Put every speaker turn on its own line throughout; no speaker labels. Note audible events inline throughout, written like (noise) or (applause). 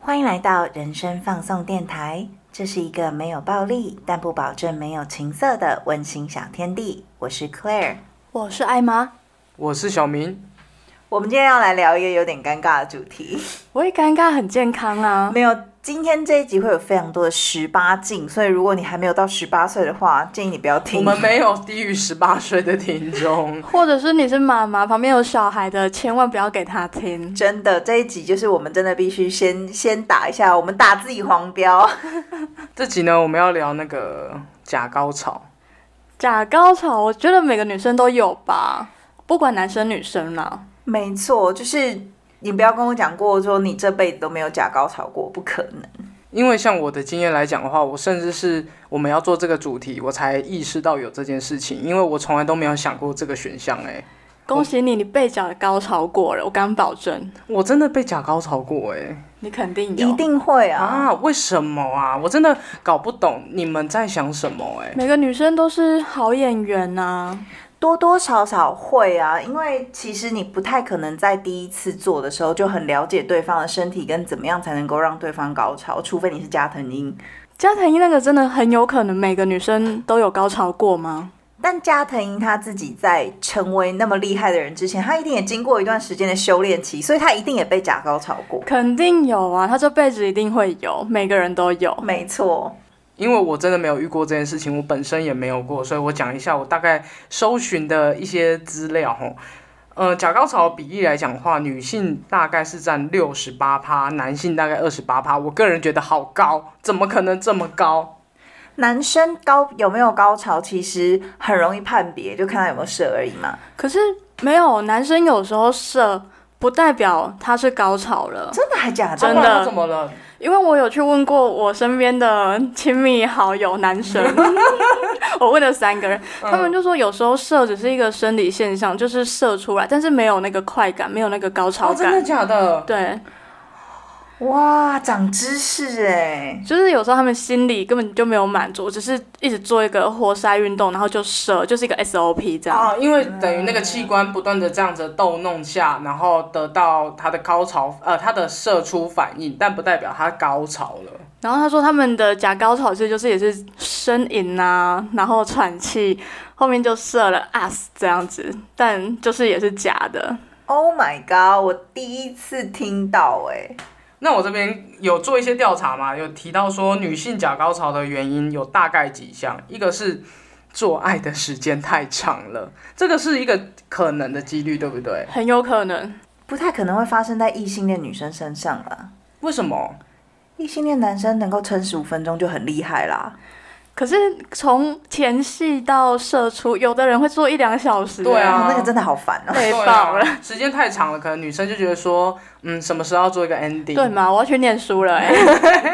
欢迎来到人生放送电台，这是一个没有暴力，但不保证没有情色的温馨小天地。我是 Claire，
我是艾妈，
我是小明，
我们今天要来聊一个有点尴尬的主题。
我也尴尬，很健康啊。。
没有，今天这一集会有非常多的十八禁，所以如果你还没有到十八岁的话，建议你不要听。
我们没有低于十八岁的听众 (laughs)
或者是你是妈妈，旁边有小孩的，千万不要给他听。
真的这一集就是我们真的必须先先打一下，我们打自己黄标。
这集呢，我们要聊那个假高潮。
假高潮，我觉得每个女生都有吧，不管男生女生啦。
没错，就是你不要跟我讲过说你这辈子都没有假高潮过，不可能。
因为像我的经验来讲的话，我甚至是我们要做这个主题，我才意识到有这件事情，因为我从来都没有想过这个选项、欸。
恭喜你，你被假高潮过了，我敢保证，
我真的被假高潮过、欸，
你肯定有。
一定会啊！
啊，为什么啊？我真的搞不懂你们在想什么、欸，
每个女生都是好演员啊呐、
多多少少会啊，因为其实你不太可能在第一次做的时候就很了解对方的身体跟怎么样才能够让对方高潮，除非你是加藤鹰。
加藤鹰那个真的很有可能每个女生都有高潮过吗？
但加藤鹰他自己在成为那么厉害的人之前，他一定也经过一段时间的修炼期，所以他一定也被假高潮过。
肯定有啊，她这辈子一定会有，每个人都有。
没错，
因为我真的没有遇过这件事情，我本身也没有过，所以我讲一下我大概搜寻的一些资料吼。呃，假高潮比例来讲的话，女性大概是占六十八趴，男性大概二十八趴。我个人觉得好高，怎么可能这么高？
男生高有没有高潮，其实很容易判别，就看他有没有射而已嘛。
可是没有，男生有时候射不代表他是高潮了，
真的还假的？
真
啊不然
的
我怎么了？
因为我有去问过我身边的亲密好友男生， (laughs) 我问了三个人，
嗯
他们就说有时候射只是一个生理现象，就是射出来，但是没有那个快感，没有那个高潮
哦，真
感。
的假的？
对，
哇，长知识哎！
就是有时候他们心里根本就没有满足，只是一直做一个活塞运动，然后就射，就是一个 SOP 这样。
啊，因为等于那个器官不断的这样子逗弄下，然后得到它的高潮，呃，它的射出反应，但不代表它高潮了。
然后他说他们的假高潮其实就是也是呻吟啊，然后喘气，后面就射了 us 这样子，但就是也是假的。
Oh my god！我第一次听到哎、
那我这边有做一些调查嘛，有提到说女性假高潮的原因有大概几项，一个是做爱的时间太长了，这个是一个可能的几率，对不对？
很有可能，
不太可能会发生在异性恋女生身上啦。
为什么？
异性恋男生能够撑十五分钟就很厉害啦。
可是从前戏到射出，有的人会做一两小时、
对
哦，
啊
那个真的好烦哦。
被
对
爆了，
啊，时间太长了，可能女生就觉得说，嗯，什么时候要做一个 ending？
对嘛？我要去念书了、欸， (laughs)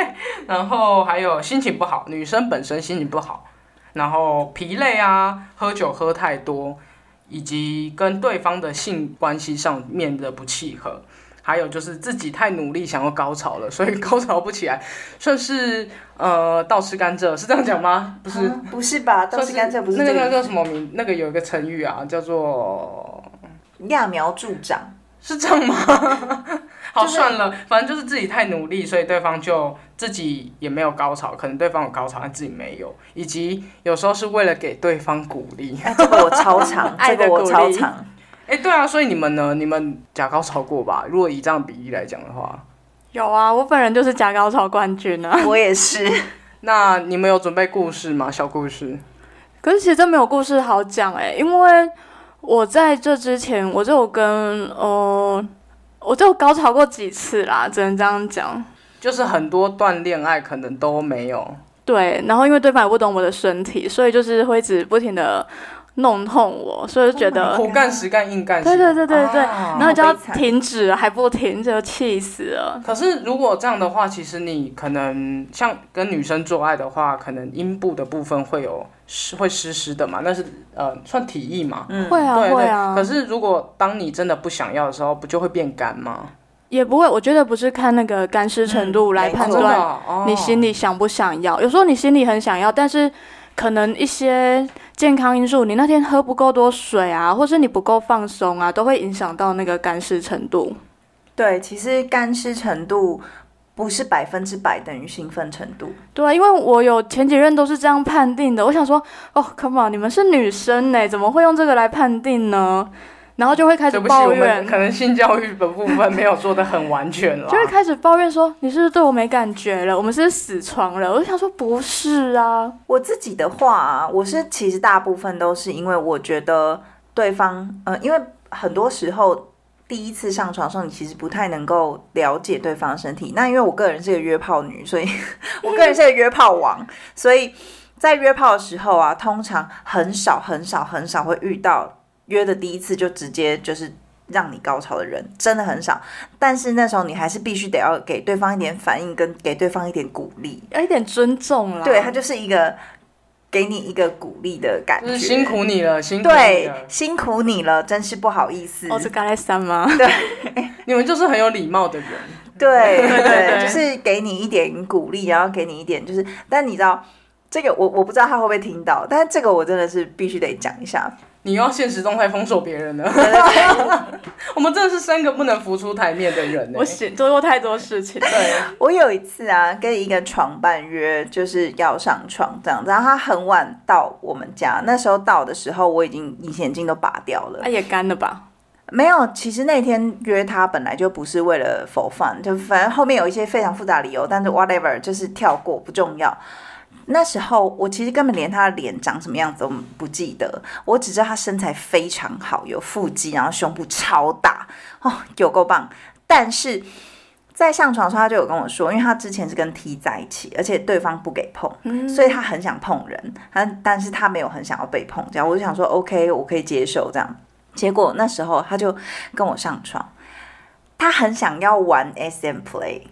然后还有心情不好，女生本身心情不好，然后疲累啊，喝酒喝太多，以及跟对方的性关系上面的不契合，还有就是自己太努力想要高潮了，所以 (laughs) 高潮不起来，算是呃倒吃甘蔗是这样讲吗？不是，
啊不是吧？倒
算
是甘蔗不是
那
这
个那个
个
叫什么名？那个有一个成语啊，叫做
揠苗助长，
(laughs) 是这样吗？好，
就是
算了，反正就是自己太努力，所以对方就自己也没有高潮，可能对方有高潮，但自己没有，以及有时候是为了给对方鼓 (laughs) 励。
哎、这个我超长，
爱
这
的
个我超
鼓励
长。
哎、对啊，所以你们呢？你们假高潮过吧？如果以这样比例来讲的话，
有啊，我本人就是假高潮冠军啊。
我也是，
那你们有准备故事吗？小故事？
可是其实真没有故事好讲哎、因为我在这之前我就有跟呃，我就有高潮过几次啦，只能这样讲。
就是很多段恋爱可能都没 (laughs) 有，
对，然后因为对方也不懂我的身体，所以就是会一直不停的弄痛我，所以就觉得
Oh my
苦干实干硬干实。
对对对对对，
啊
然后就
好
要
悲惨
停止还不停，就气死了。
可是如果这样的话，其实你可能像跟女生做爱的话，可能阴部的部分会有湿会湿湿的嘛，那是呃算体液嘛。
嗯，
会啊
对
会
对，
啊
可，是如果当你真的不想要的时候，不就会变干吗？
也不会，我觉得不是看那个干湿程度来判
嗯
真的
断
哦哦
你心里想不想要。有时候你心里很想要，但是可能一些健康因素，你那天喝不够多水啊，或是你不够放松啊，都会影响到那个干湿程度。
对，其实干湿程度不是百分之百等于兴奋程度。
对啊，因为我有前几任都是这样判定的。我想说，哦，come on，你们是女生呢，怎么会用这个来判定呢？然后就会开始
对不起，我
抱怨
们，可能性教育的部分没有做的很完全啦
就。会开始抱怨说你是不是对我没感觉了？我们是不是死床了？我就想说不是啊，
我自己的话、啊，我是其实大部分都是因为我觉得对方，呃，因为很多时候第一次上床的时候，你其实不太能够了解对方的身体。那因为我个人是个约炮女，所以我个人是个约炮王，所以在约炮的时候啊，通常很少很少很少会遇到约的第一次就直接就是。让你高潮的人真的很少，但是那时候你还是必须得要给对方一点反应，跟给对方一点鼓励。
要一点尊重啦。
对，它就是一个给你一个鼓励的感觉。
就是辛苦你了，辛苦你
对
了，，
辛苦你了，真是不好意思。
哦，是刚才三吗？
你们就是很有礼貌的人。
(laughs) 对对
对
对，就是给你一点鼓励，然后给你一点就是，但你知道这个我我不知道他会不会听到，但是这个我真的是必须得讲一下。
你又要现实动态封锁别人了， (laughs) 我们真的是三个不能浮出台面的人呢、
我写做过太多事
(laughs)
情。
对，
我有一次啊，跟一个床伴约，就是要上床这样子，然后他很晚到我们家，那时候到的时候我已经隐形眼镜都拔掉了
啊，。也干了吧？
没有，其实那天约他本来就不是为了否饭，就反正后面有一些非常复杂的理由，但是 whatever 就是跳过不重要。那时候我其实根本连他的脸长什么样子都不记得，我只知道他身材非常好，有腹肌，然后胸部超大哦，有够棒。但是在上床的时候，他就有跟我说，因为他之前是跟 T 在一起，而且对方不给碰，
嗯
所以他很想碰人，他但是他没有很想要被碰，这样我就想说 OK，我可以接受这样。结果那时候他就跟我上床，他很想要玩 SM play，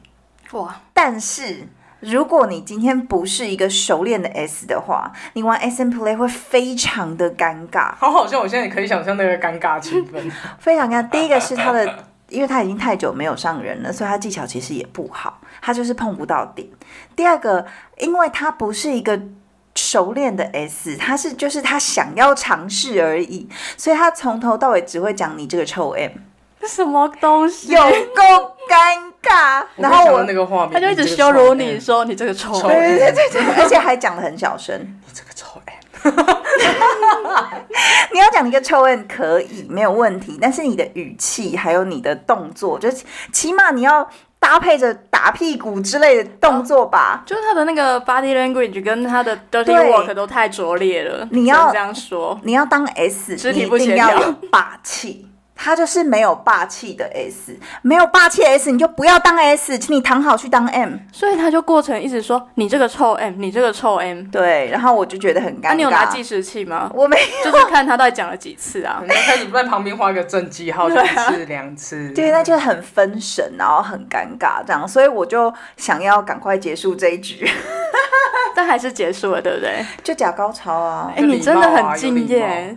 哇，
但是如果你今天不是一个熟练的 S 的话，你玩 SM play 会非常的尴尬，
好好笑！我现在也可以想象那个尴尬气
(laughs)
氛。
非常尴尬。
啊
第一个是他的，因为他已经太久没有上人了，所以他技巧其实也不好，他就是碰不到点。第二个，因为他不是一个。熟练的 S，他是就是他想要尝试而已，所以他从头到尾只会讲你这个臭 M，
这什么东西？
有够尴尬。然后
我
我
想到那个画面，
他就一直
你这个
羞辱
丑
你
M，
说你这个臭
丑
人。
对对对对，而且还讲的很小声。
你这个丑 M，
你要讲一个臭问可以没有问题，但是你的语气还有你的动作，就是起码你要搭配着打屁股之类的动作吧。
就是他的那个 body language 跟他的 dirty
对
work 都太拙劣了，
你
只
要
能这样说。
你要当 S，
肢
你
体
一
不协
定
调
要有霸气。他就是没有霸气的 S，没有霸气的 S，你就不要当 S，请你躺好去当 M。
所以他就过程一直说你这个臭 M，你这个臭 M。
对，然后我就觉得很尴尬。
那、啊你有拿计时器吗？
(laughs)
我没
就是看他到底讲了几次啊
你。就开始在旁边画一个正记号，就
对
一
啊
次两次。
对，那就是很分神，然后很尴尬这样，所以我就想要赶快结束这一局，
但还是结束了，
(laughs)
对不对？哎、
就假高潮啊！
就
你
礼貌
真
啊
的很敬
有
业
礼，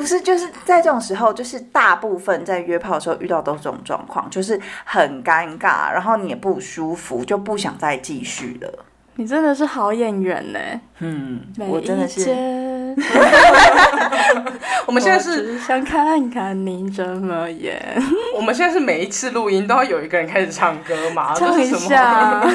不是，就是在这种时候，就是大部分在约炮的时候遇到都是这种状况，就是很尴尬，然后你也不舒服，就不想再继续了。
你真的是好演员呢。
嗯，
我真的是
每一节
我们现在是
我只想看看你怎么演，
我们现在是每一次录音都要有一个人开始唱歌嘛，
唱一
这是什么？嗯
下。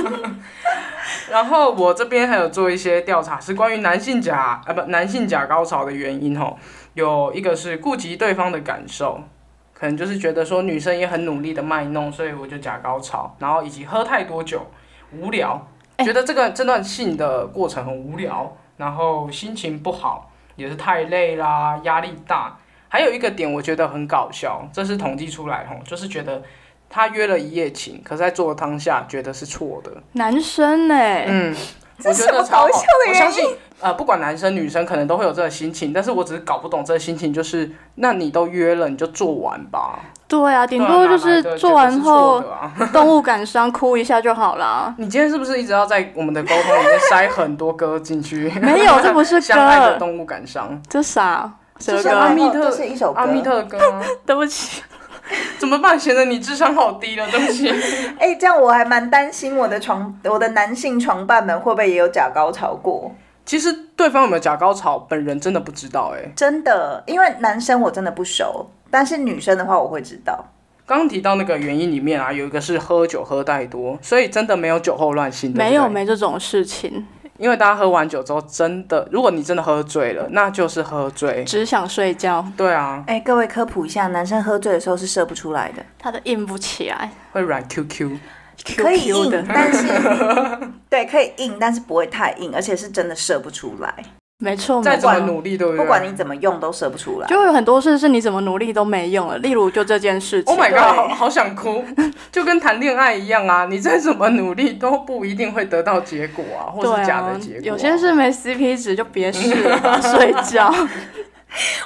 (laughs)
然后我这边还有做一些调查，是关于男性甲呃不男性甲高潮的原因哦。有一个是顾及对方的感受，可能就是觉得说女生也很努力的卖弄，所以我就假高潮，然后以及喝太多酒，无聊，觉得这个这段性的过程很无聊，然后心情不好，也是太累啦，压力大。还有一个点我觉得很搞笑，这是统计出来吼，就是觉得他约了一夜情，可是在做的当下觉得是错的。
男生呢、
嗯，
这
(laughs)
我觉
是什
得
么
超
搞
好
笑的
我
原
相
因
信，呃，不管男生女生，可能都会有这个心情，但是我只是搞不懂这个心情，就是那你都约了，你就做完吧。
对啊，顶
对啊
多就
哪来
是
的
做完后
觉得是错的啊 (laughs)
动物感伤哭一下就好啦。
你今天是不是一直要在我们的沟通里面塞很多歌进去？ (laughs)
(laughs) 没有，这不是
相爱的
歌，
动物感伤，
这啥？
就
(laughs) 这
是
歌
阿
阿密
密
特
哦特，这是一首歌。
阿密特的歌啊。 (laughs)
对不起，
怎么办？显得你智商好低了，对不起。 (laughs)
哎、这样我还蛮担心我的床，我的男性床伴们会不会也有假高潮过？
其实对方有没有假高潮，本人真的不知道哎、
真的，因为男生我真的不熟，但是女生的话我会知道。
刚刚提到那个原因里面啊，有一个是喝酒喝太多，所以真的没有酒后乱性。对不对
没有没这种事情，
因为大家喝完酒之后，真的，如果你真的喝醉了，那就是喝醉。
只想睡觉，
对啊，
哎、各位科普一下，男生喝醉的时候是射不出来的，
他的硬不起来
会软 QQ。
可以
，QQ
硬，
的，
但
(laughs)
是对，可以硬，但是不会太硬，而且是真的射不出来，
没错
再
没
怎
错
么。努力，对不对？啊
不管你怎么用都射不出来。
就有很多事是你怎么努力都没用了，例如就这件事情
Oh my god，好
对
好想哭，就跟谈恋爱一样啊！你再怎么努力都不一定会得到结果
(laughs)
啊，或
对
是假
啊
的结果、，
有些是没 CP 值就别试了 (laughs) 吧，睡
(laughs)
觉。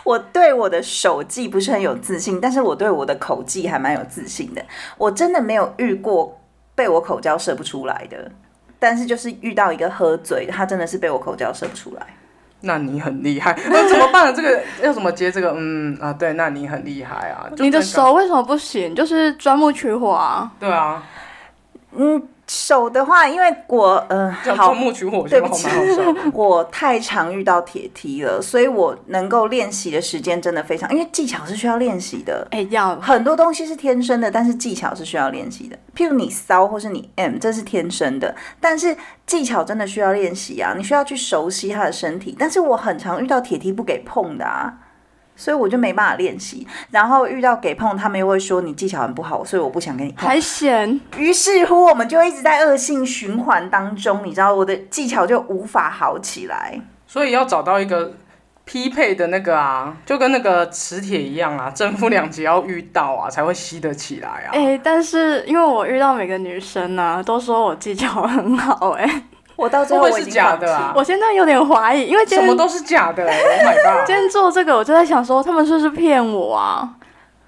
我对我的手技不是很有自信，但是我对我的口技还蛮有自信的。我真的没有遇过被我口交射不出来的，但是就是遇到一个喝醉，他真的是被我口交射不出来。
那你很厉害， (laughs) 那怎么办呢？这个要怎么接这个？嗯啊，对，那你很厉害啊！就
你的
这个
手为什么不行？就是钻木取火啊。
对啊，
嗯，手的话，因为我呃，
叫
好
钻，木取火，我觉得
对不
好
起
蛮好笑的。
我太常遇到铁梯了，所以我能够练习的时间真的非常，因为技巧是需要练习的。
哎、要
很多东西是天生的，但是技巧是需要练习的。譬如你骚或是你 M，这是天生的，但是技巧真的需要练习啊，你需要去熟悉他的身体。但是我很常遇到铁梯不给碰的啊，所以我就没办法练习。然后遇到给碰，他们又会说你技巧很不好，所以我不想跟你碰。
还嫌
于是乎，我们就一直在恶性循环当中，你知道我的技巧就无法好起来。
所以要找到一个匹配的那个啊，就跟那个磁铁一样啊，正负两极要遇到啊，才会吸得起来啊。
哎、但是因为我遇到每个女生呢、都说我技巧很好、
啊
哎，
我到最后
会
我
不会
已
是
经
假
放弃
的啊？
我现在有点怀疑，因为今
什么
天
都是假的、o h my
今
god！
天做这个，我就在想说他们是不是骗我啊？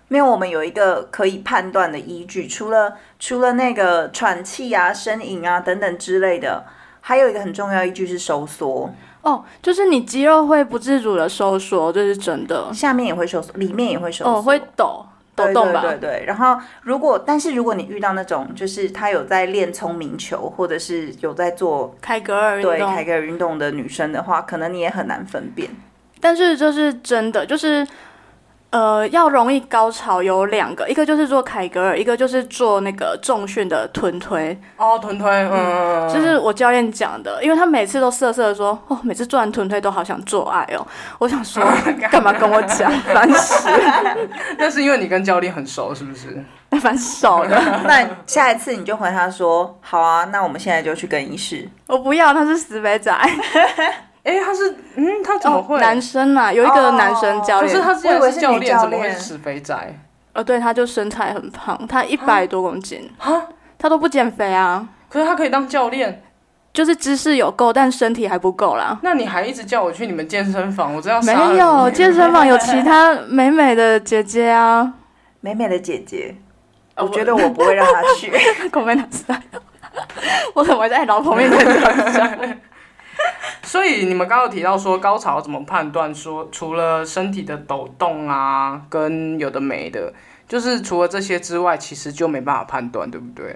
没有，我们有一个可以判断的依据，除了除了那个喘气啊、呻吟啊等等之类的，还有一个很重要依据是收缩，
哦，就是你肌肉会不自主的收缩，这是真的。
下面也会收缩，里面也会收缩，
哦，会抖抖动吧？
对对对对。然后如果但是如果你遇到那种就是她有在练聪明球，或者是有在做
开格尔运
对
动
凯，格尔运动的女生的话，可能你也很难分辨。 (laughs)
但是这是真的，就是呃，要容易高潮有两个，一个就是做凯格尔，一个就是做那个重训的臀推，
哦，臀推，嗯，
这是我教练讲的，因为他每次都瑟瑟的说，哦，每次做完臀推都好想做爱哦，我想
(laughs)
说干嘛跟我讲，烦死， (laughs)
那是因为你跟教练很熟，是不是？
烦死了，
那下一次你就回她说：“好啊，那我们现在就去更衣室。
我不要，他是死肥仔，
哎、他是，嗯，他怎么会？哦
哦男生啊，有一个男生教
可
练，
是他既然
我以为是
是教
女
练，
教
怎么会
练
是死肥宅？
呃，对，他就身材很胖，他
啊
一百多公斤，他都不减肥啊，
可是他可以当教练，
就是知识有够，但身体还不够啦。
那你还一直叫我去你们健身房，我真要杀了
没
你
有，健身房有其他美美的姐姐
(laughs)
啊。
美美的姐姐，
呃
我觉得我不会让她去。
狗妹哪知道？ (laughs) 我怎么会在老婆面前
(laughs)
这样讲？
所以你们刚刚有提到说高潮怎么判断说，除了身体的抖动啊，跟有的没的，就是除了这些之外，其实就没办法判断，对不对？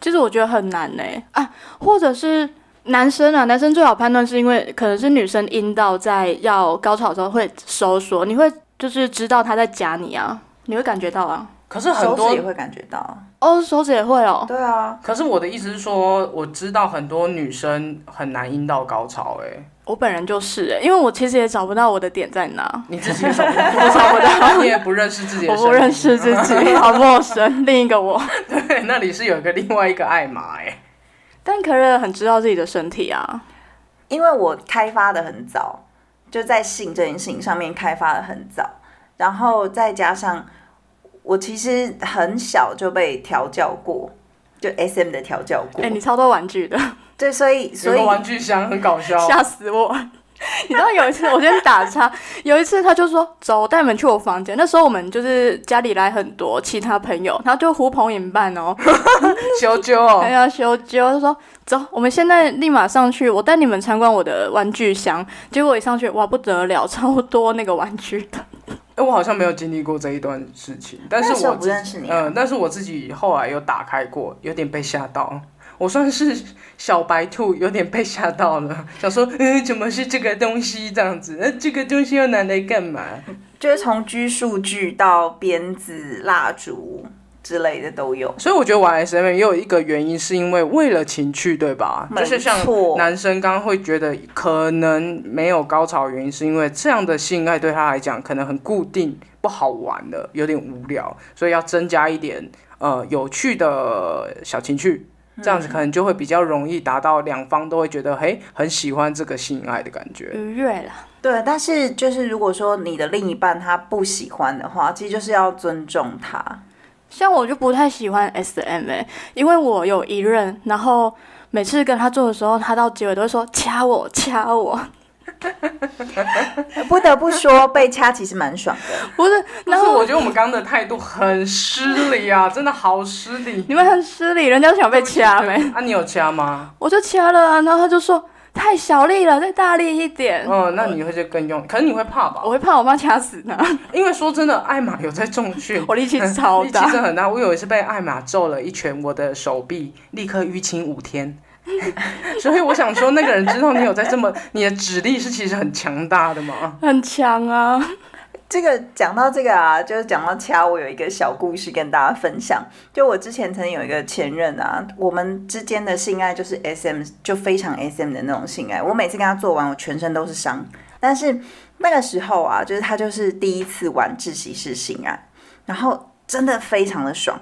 其实我觉得很难呢、啊，或者是男生啊，男生最好判断是因为可能是女生阴道在要高潮的时候会收缩，你会就是知道她在夹你啊，你会感觉到啊。
可是很
手指也
多，
会感觉到。
哦，手指也会哦。
对啊，
可是我的意思是说，我知道很多女生很难阴道高潮、欸，
我本人就是、欸，因为我其实也找不到我的点在哪，
你自己也找不到，我找不到，你也不认识自己
(laughs)
的
我
身体，
不认识自己，好陌生。另一个我，
对，那里是有一个另外一个艾玛、欸，
但可乐很知道自己的身体啊。
因为我开发的很早，就在性这件事情上面开发的很早，然后再加上我其实很小就被调教过，就 S M 的调教过。
哎、你超多玩具的，
对，所以
有
所
个玩
以
具箱很搞
(laughs)
笑，
吓死我！你知道有一次，我先打岔，有一次他就说：“走，我带你们去我房间。”那时候我们就是家里来很多其他朋友，然后就呼朋引伴哦，
啾啾
还
哦，
要修究，他说：“走，我们现在立马上去，我带你们参观我的玩具箱。”结果一上去，哇，不得了，超多那个玩具的。
哎，我好像没有经历过这一段事情，但
那时
是
候
我
不
自
认识你啊、
嗯，但是我自己后来有打开过，有点被吓到。我算是小白兔，有点被吓到了，想说，嗯，怎么是这个东西这样子？那、呃这个东西又拿来干嘛？
就是从拘束具到鞭子、蜡烛之类的都有。
所以我觉得玩 SM 也有一个原因，是因为为了情趣，对吧？
没
就是像
错
男生刚刚会觉得可能没有高潮，原因是因为这样的性爱对他来讲可能很固定，不好玩了，有点无聊，所以要增加一点呃有趣的小情趣。
嗯
这样子可能就会比较容易达到两方都会觉得嘿很喜欢这个性爱的感觉。
愉悦啦，
对，但是就是如果说你的另一半他不喜欢的话，其实就是要尊重
(laughs)
他。
像我就不太喜欢 S M 哎、因为我有一任，然后每次跟他做的时候，他到结尾都会说掐我掐我， (laughs)
不得不说，被掐其实蛮爽的。
不是，
但
然
是
后
我觉得我们刚刚的态度很失礼啊，真的好失礼。
你们很失礼，人家想 (laughs) 被掐没？
(laughs) 啊，你有掐吗？
我就掐了啊，然后他就说太小力了，再大力一点。
嗯，那你会就更用，可能你会怕吧？
我会怕我妈掐死他，
因为说真的，艾玛有在重
(laughs)
训，
我力气超
力气
大
真。的很大。我有一次被艾玛揍了一拳，我的手臂立刻淤青
(laughs)
五天。所以我想说，那个人知道你有在这么，你的指力是其实很强大的嘛。
很强啊！
这个讲到这个啊，就是讲到掐，我有一个小故事跟大家分享。就我之前曾经有一个前任啊，我们之间的性爱就是 S M，就非常 S M 的那种性爱。我每次跟他做完，我全身都是伤。但是那个时候啊，就是他就是第一次玩窒息式性爱，然后真的非常的爽。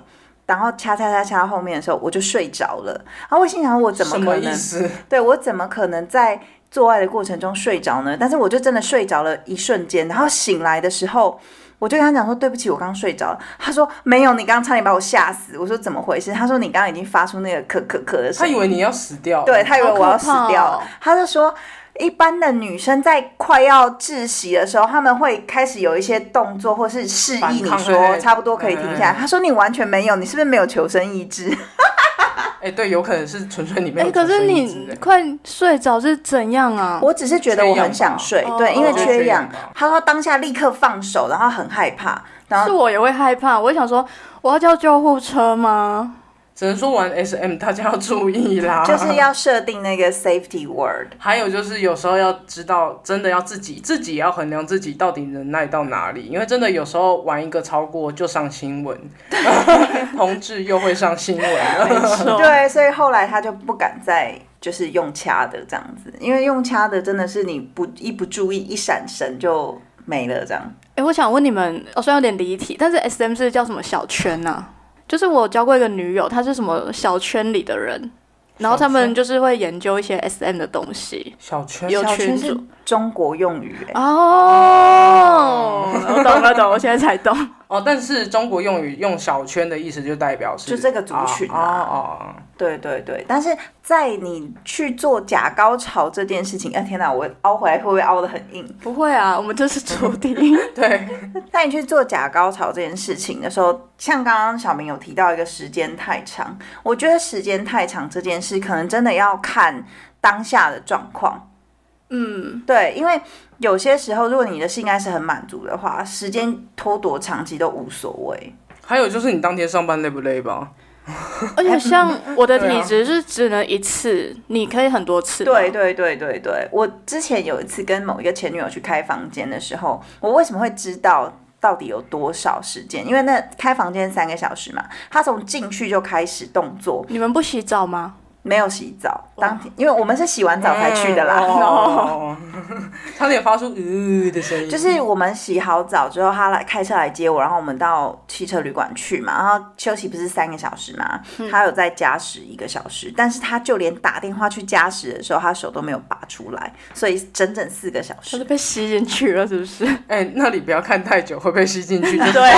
然后掐掐掐掐到后面的时候，我就睡着了。然后我心想，我怎么
什
可
么意
能？
思？
对我怎么可能在做爱的过程中睡着呢？但是我就真的睡着了一瞬间，然后醒来的时候，我就跟他讲说对不起，我刚睡着了。他说没有，你刚刚差点把我吓死。我说怎么回事？他说你刚刚已经发出那个咳咳咳的
他
声
以
音，
为你要死掉了，
对他以为
好可
我要死
怕
掉
哦
了。他就说。一般的女生在快要窒息的时候，他们会开始有一些动作，或是示
反
意你
抗
说
哎
差不多可以停下来。
哎
他说你完全没有，你是不是没有求生意志？
哎，对，有可能是纯粹你没
哎、
有
可
求
是
生意志。
你快睡着是怎样啊？
我只是觉得我很想睡
缺氧，吧
对，
哦
因为缺
缺
氧
氧吧。
他说当下立刻放手，然后很害怕，然
是
后
我也会害怕，我会想说我要叫救护车吗？
只能说玩 SM 大家要注意
啊
啦，
就是要设定那个 safety
(laughs)
word。
还有就是有时候要知道，真的要自己自己也要衡量自己到底能耐到哪里，因为真的有时候玩一个超过就上新闻， (laughs) 同志又会上新闻
没
了。
错，
对，所以后来他就不敢再就是用掐的这样子，因为用掐的真的是你不一不注意一闪神就没了这样。
哎、我想问你们，哦，虽然有点离题，但是 S M 是叫什么小圈呐、就是我交过一个女友，她是什么小圈里的人，然后他
小
们
圈
就是会研究一些 S M 的东西。
小圈
有
(laughs) 小
群
圈是
主啊
中国用语、欸，
哦，我 (laughs) 懂了，懂了，我现在才懂。 (laughs)
哦，但是中国用语用小圈的意思就代表是
就这个族群啊
哦哦，哦
对对对，但是在你去做假高潮这件事情，啊天哪，我凹回来会不会凹得很硬？
不会啊，我们这是主题。
对，
在你去做假高潮这件事情的时候，像刚刚小明有提到一个时间太长，我觉得时间太长这件事，可能真的要看当下的状况。
嗯，
对，因为有些时候，如果你的性爱是很满足的话，时间拖多长其实都无所谓。
还有就是你当天上班累不累吧？
而且像我的
对
体
啊
质是只能一次，你可以很多次。
对，对对对对，我之前有一次跟某一个前女友去开房间的时候，我为什么会知道到底有多少时间？因为那开房间三个小时嘛，他从进去就开始动作，
你们不洗澡吗？
没有洗澡，当天因为我们是洗完澡才去的啦。
嗯哦，差点发出呃的声
(laughs)
音，
就是我们洗好澡之后，他来开车来接我，然后我们到汽车旅馆去嘛，然后休息不是三个小时嘛，他有在加时一个小时，但是他就连打电话去加时的时候，他手都没有拔出来，所以整整四个小
就是
时。
被吸进去了，是不是？
哎、那里不要看太久，会被吸进
(laughs)
去。就是
对，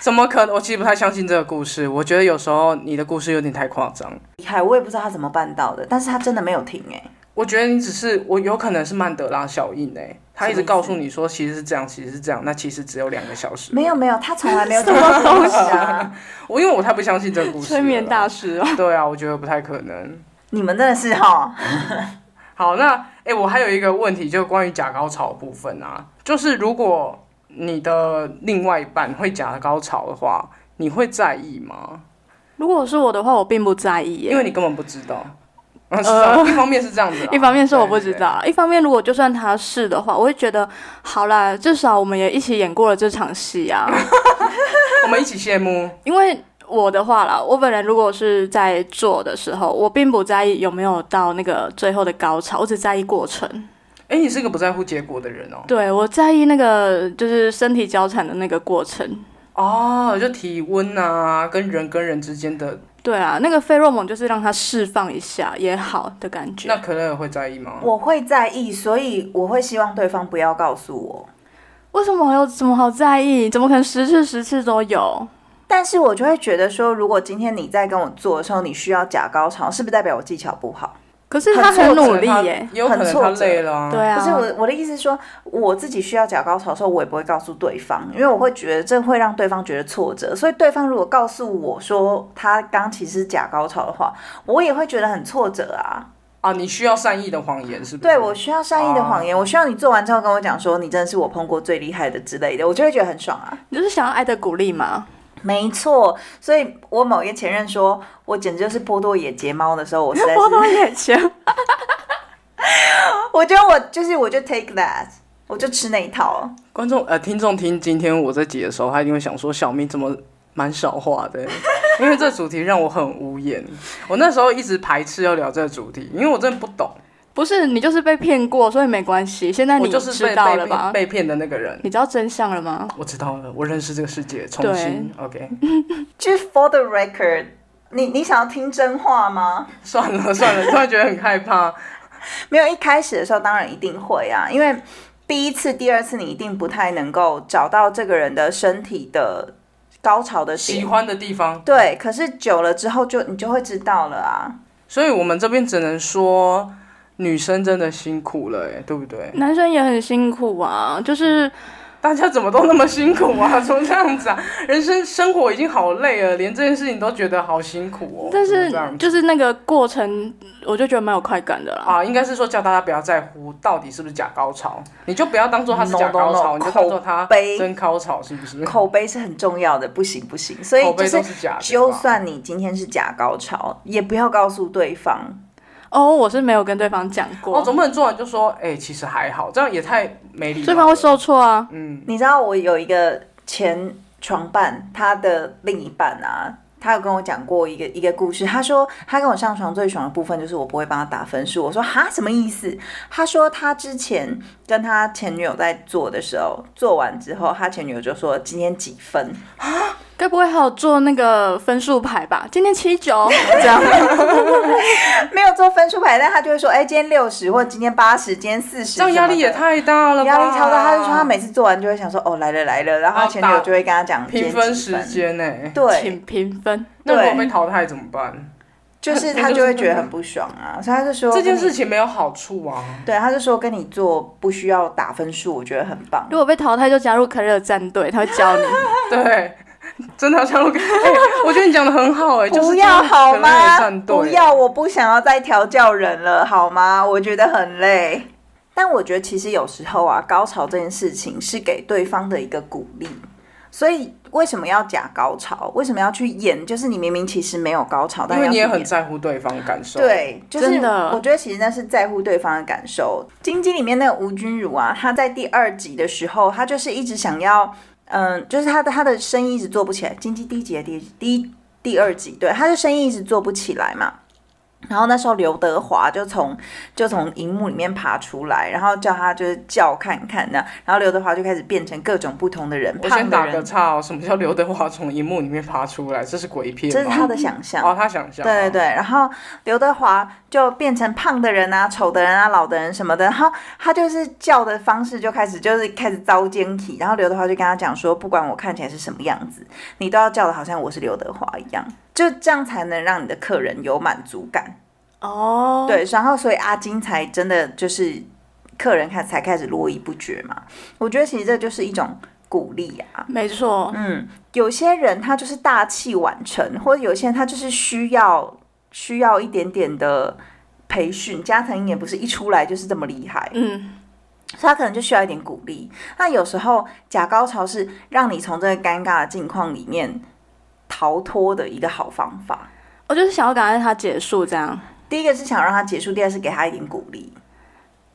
怎么可能？我其实不太相信这个故事。我觉得有时候你的故事有点太夸张。
厉害，我也不知道他怎么办到的，但是他真的没有停哎、
我觉得你只是我有可能是曼德拉效应哎、他一直告诉你说其实是这样，其实是这样，那其实只有两个小时。
没有没有，他从来没有停过东西啊！
我因为我太不啊相信这个故事。
催眠大。师哦。
对啊，我觉得不太可能。
你们真的是哈，
欸好，那哎、我还有一个问题，就关于假高潮的部分啊，就是如果你的另外一半会假高潮的话，你会在意吗？
如果是我的话，我并不在意耶，
因为你根本不知道。啊是啊， (laughs) 一方面是这样子啦，
呃 (laughs) 一方面是我不
对
知，道，一方面如果就算他是的话，我会觉得好啦，至少我们也一起演过了这场戏
(laughs)
啊。
对我们一起羡慕。
因为我的话啦，我本人如果是在做的时候，我并不在意有没有到那个最后的高潮，我只在意过程。
哎，你是个不在乎结果的人哦。
对我在意那个就是身体交缠的那个过程。
哦，就体温啊，跟人跟人之间的，
对啊，那个费洛蒙就是让它释放一下也好的感觉
那。可乐会在意吗？
我会在意，所以我会希望对方不要告诉我。
为什么有什么好在意？怎么可能十次十次都有？
但是我就会觉得说，如果今天你在跟我做的时候，你需要假高潮，是不是代表我技巧不好？
可是他很努力
他
耶。
也有可能他累了、啊。
对啊，
不是我我的意思是说，我自己需要假高潮的时候，我也不会告诉对方，因为我会觉得这会让对方觉得挫折。所以对方如果告诉我说他刚其实是假高潮的话，我也会觉得很挫折啊。
啊，你需要善意的谎言是不是？
对我需要善意的谎言，我需要你做完之后跟我讲说你真的是我碰过最厉害的之类的，我就会觉得很爽啊。
你就是想要爱的鼓励嘛。
没错，所以我某一个前任说我简直就是波多野结猫的时候，我实在是
波多野结，
我觉得我就是我就 take that，我就吃那一套。
观众呃，听众听今天我在解的时候，他一定会想说小明怎么蛮少话的欸、 (laughs) 因为这主题让我很无言。我那时候一直排斥要聊这个主题，因为我真的不懂，
(laughs) 不是你就是被骗过，所以没关系。现在
我
你
就是被
知道
被
了吧
骗？被骗的那个人。
你知道真相了吗？
我知道了，我认识这个世界，重新 OK， (laughs)
就是 for the record，你你想要听真话吗？
算了算了，突然觉得很害怕。
没有，一开始的时候当然一定会啊，因为第一次、第二次你一定不太能够找到这个人的身体的高潮的
喜
点。
欢的地方，
对，可是久了之后就你就会知道了啊。
所以我们这边只能说女生真的辛苦了、欸，对不对？
男生也很辛苦啊，就是
大家怎么都那么辛苦啊？ (laughs) 怎么这样子啊？人生生活已经好累了，连这件事情都觉得好辛苦哦。
但
怎么
是
这样子
就是那个过程，我就觉得蛮有快感的啦。
啊，应该是说叫大家不要在乎到底是不是假高潮，你就不要当做它是
No,
假高
no, no，
潮你就当做它
口碑
真高潮，是不是？
口碑是很重要的，不行不行，所以
口
就
碑都
是。
是假的吧，
就算你今天是假高潮，也不要告诉对方。
哦，我是没有跟对方讲过，
哦，总不能做完就说，哎、其实还好，这样也太没礼貌了。
对方会受挫啊。
嗯
你知道我有一个前床伴，他的另一半啊，他有跟我讲过一个一个故事。他说他跟我上床最爽的部分就是我不会帮他打分数。我说哈什么意思？他说他之前跟他前女友在做的时候，做完之后，他前女友就说今天几分，
该不会还有做那个分数牌吧？今天七九这样，
没有做分数牌，但他就会说哎、今天六十或今天八十，今天四十，
这样压力也太大了吧？
压力超大。他就说他每次做完就会想说哦来了来了，然后他前女友就会跟他讲今
平
天
分
几
时间呢、
对，
请评分。
那如果
对
被淘汰怎么办？
就是
(laughs)
他就会觉得很不爽啊，所以他就说
这
跟
件
你
事情没有好处啊。
对，他就说跟你做不需要打分数，我觉得很棒。
啊
如果被淘汰，就加入可乐战队，他会教你。
(laughs) 对，真的要加入。
(laughs)
哎我觉得你讲的很好哎、就是
不要好
可能也
吗？
站队
不要，我不想要再调教人了，好吗？我觉得很累。但我觉得其实有时候啊，高潮这件事情是给对方的一个鼓励，所以为什么要假高潮？为什么要去演？就是你明明其实没有高潮，但
因为你也
要去
很
演
在乎对方感受。，
对，就是
真的
我觉得其实那是在乎对方的感受。《金鸡》里面那个吴君如啊，她在第二集的时候，她就是一直想要，嗯，就是她的她的生意一直做不起来。《金鸡》第一集、第一第一第二集，对，她的生意一直做不起来嘛。然后那时候刘德华就从就从荧幕里面爬出来，然后叫他就是叫看看呢，然后刘德华就开始变成各种不同的人，
我
胖的
先打个
人，
岔哦，什么叫刘德华从荧幕里面爬出来？这是鬼片吗？
这是他的想象。
哦，他想象。
对对对，然后刘德华就变成胖的人啊、丑的人啊、老的人什么的，然后他就是叫的方式就开始就是开始遭奸体，然后刘德华就跟他讲说，不管我看起来是什么样子，你都要叫的好像我是刘德华一样，就这样才能让你的客人有满足感。
哦，
对，然后所以阿金才真的就是客人看才开始络绎不绝嘛。我觉得其实这就是一种鼓励啊。
没错。
嗯，有些人他就是大器晚成，或者有些人他就是需要需要一点点的培训。加藤鹰也不是一出来就是这么厉害，
嗯，
所以他可能就需要一点鼓励。那有时候假高潮是让你从这个尴尬的境况里面逃脱的一个好方法。
我就是想要赶快它结束，这样。
第一个是想让他结束，第二是给他一点鼓励。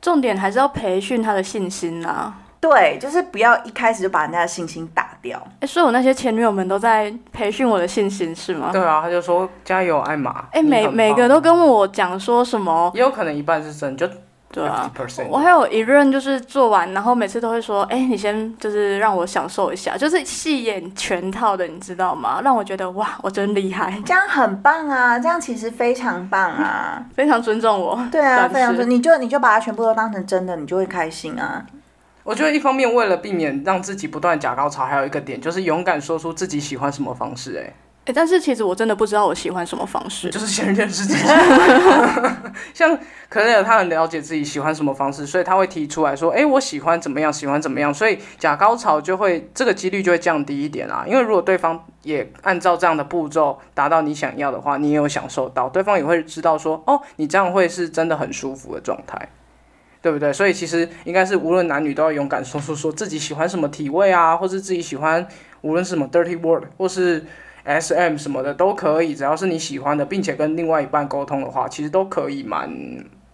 重点还是要培训他的信心啊啦。
对，就是不要一开始就把人家的信心打掉。
哎，所以我那些前女友们都在培训我的信心，是吗？
对啊，他就说加油，艾玛。
哎，
你
每
很
每
棒
个都跟我讲说什么？
也有可能一半是真，就
对啊，
50%
我还有一任就是做完，然后每次都会说，哎、你先就是让我享受一下，就是戏演全套的，你知道吗？让我觉得哇，我真厉害， (laughs)
这样很棒啊，这样其实非常棒啊。
非常尊重我。
对啊，
算是
非常准，你就你就把它全部都当成真的，你就会开心啊。
我觉得一方面为了避免让自己不断假高潮，还有一个点就是勇敢说出自己喜欢什么方式、哎，
哎、但是其实我真的不知道我喜欢什么方式。
就是先认识自己。像可能有他很了解自己喜欢什么方式，所以他会提出来说：“哎、我喜欢怎么样，喜欢怎么样。”所以假高潮就会这个几率就会降低一点啊。因为如果对方也按照这样的步骤达到你想要的话，你也有享受到，对方也会知道说：“哦，你这样会是真的很舒服的状态。”对不对？所以其实应该是无论男女都要勇敢说出说自己喜欢什么体位啊，或是自己喜欢无论是什么 dirty word 或是 S M 什么的都可以，只要是你喜欢的，并且跟另外一半沟通的话，其实都可以蛮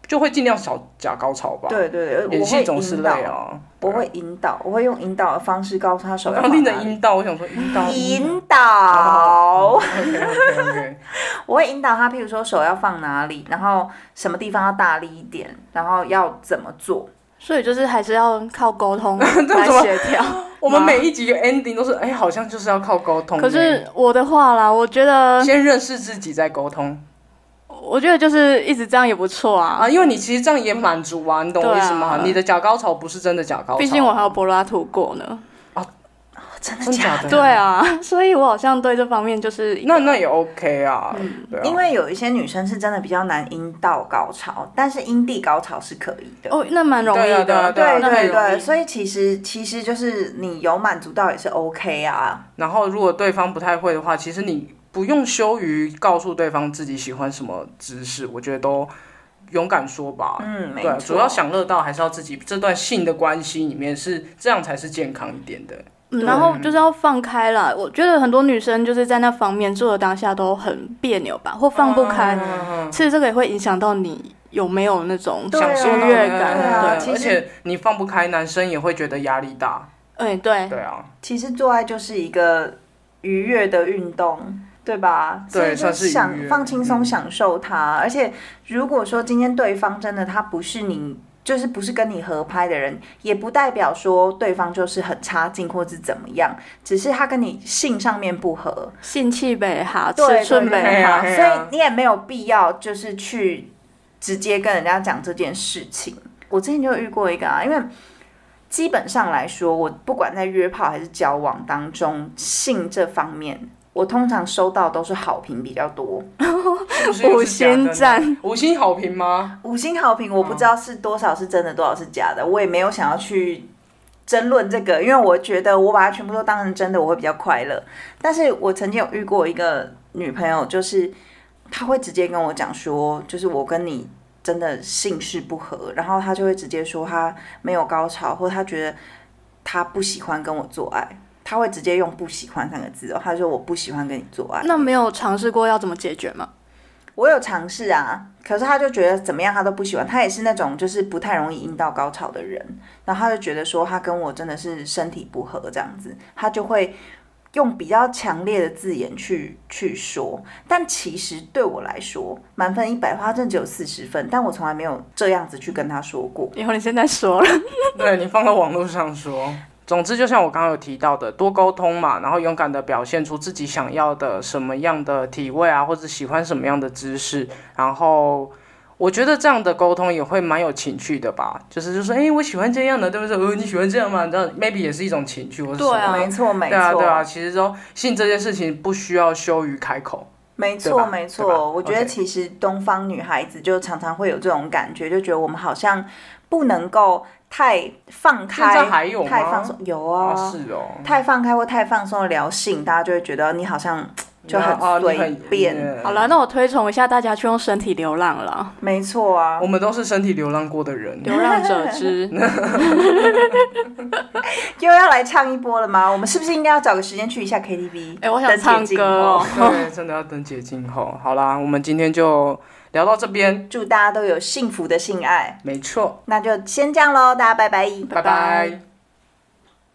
就会尽量少假高潮吧。，
对对对，
演
我
戏
会
总是
引
累
导，
啊。
我会引导，我会用引导的方式告诉他手
我
要
刚
放
刚听
哪
着
里。
阴道，我想说阴道。
引
哦
导，
OK OK，
(laughs) 我会引导他，譬如说手要放哪里，然后什么地方要大力一点，然后要怎么做。
所以就是还是要靠沟
(laughs)
通
这
来
怎么
协
(laughs)
调。
我们每一集的 ending 都是哎，好像就是要靠沟通。
可是我的话啦，我觉
哎
得，
嗯
先认识自己再沟通
我觉得就是一直这样也不错啊。
啊，因为你其实这样也满足啊，你懂我意思吗？
对啊
你的假高潮不是真的假高潮，啊
毕竟我还有柏拉图过呢。
真的
真
假
假
的？
的
对啊， (laughs) 所以我好像对这方面就是
那那也 OK 啊，对啊
因为有一些女生是真的比较难阴道高潮，但是阴蒂高潮是可以的。
哦，那蛮容易
对啊
的。
对啊对啊
对
那
对
很容易
对，所以其实其实就是你有满足到也是 OK 啊。
然后如果对方不太会的话，其实你不用羞于告诉对方自己喜欢什么姿势，我觉得都勇敢说吧。
嗯，没
对啊，
错。
主要享乐到还是要自己这段性的关系里面是这样才是健康一点的。
嗯，然后就是要放开啦。我觉得很多女生就是在那方面做的当下都很别扭吧，或放不
嗯
开。其实这个也会影响到你有没有那种
对啊
享
享
受
受
到
乐
对啊
感。
其实
而且你放不开，男生也会觉得压力大。
哎，对，
对啊，
其实做爱就是一个愉悦的运动，对吧？
对
所以就
算是愉
想
悦
放轻松
嗯
享受它。而且如果说今天对方真的他不是你。就是不是跟你合拍的人，也不代表说对方就是很差劲或是怎么样，只是他跟你性上面不合，
性气北哈，
对
尺寸
对
北
对
哈。
对
所
啊
以你也没有必要就是去直接跟人家讲这件事情。我之前就遇过一个啊，因为基本上来说，我不管在约炮还是交往当中，性这方面，我通常收到都是好评比较多。
啊是不是又
五
是假的呢
星赞，
五星好评吗？
五星好评，我不知道是多少是真的，多少是假的，我也没有想要去争论这个，因为我觉得我把它全部都当成真的，我会比较快乐。但是我曾经有遇过一个女朋友，就是她会直接跟我讲说，就是我跟你真的性事不合，然后她就会直接说她没有高潮，或她觉得她不喜欢跟我做爱。她会直接用“不喜欢”三个字哦，她说我不喜欢跟你做爱。
那没有尝试过要怎么解决吗？
我有尝试啊，可是他就觉得怎么样他都不喜欢，他也是那种就是不太容易阴道高潮的人，然后他就觉得说他跟我真的是身体不合这样子，他就会用比较强烈的字眼去去说，但其实对我来说，满分一百分，他真的只有四十分，但我从来没有这样子去跟他说
哦
过。
以后你现在说了，
(laughs) 对你放到网络上说。总之，就像我刚刚有提到的，多沟通嘛，然后勇敢的表现出自己想要的什么样的体位啊，或者喜欢什么样的姿势，然后。我觉得这样的沟通也会蛮有情趣的吧，就是就说，哎、我喜欢这样的，对不对？哦，你喜欢这样吗？你知道，maybe 也是一种情趣，或是
对啊
什么
没错，没
对啊，
错，
对啊。其实说性这件事情不需要羞于开口，
没
对
错，
吧
没
对吧
错。我觉得
OK
其实东方女孩子就常常会有这种感觉，就觉得我们好像不能够太放开，
现在还有吗
太放松，有啊，
啊，是哦，
太放开或太放松的聊性，大家就会觉得你好像就很
啊你
随便。
好了，那我推崇一下大家去用身体流浪了，
没错啊
我，们都是身体流浪过的人。
流浪者之。
又要来唱一波了吗？我们是不是应该要找个时间去一下 KTV？
哎我想
等解
唱
禁
歌
后
哦
对，真的要等解禁后。好啦，我们今天就聊到这边，
祝大家都有幸福的性爱。
没错，
那就先这样喽，大家拜拜。
拜拜
拜拜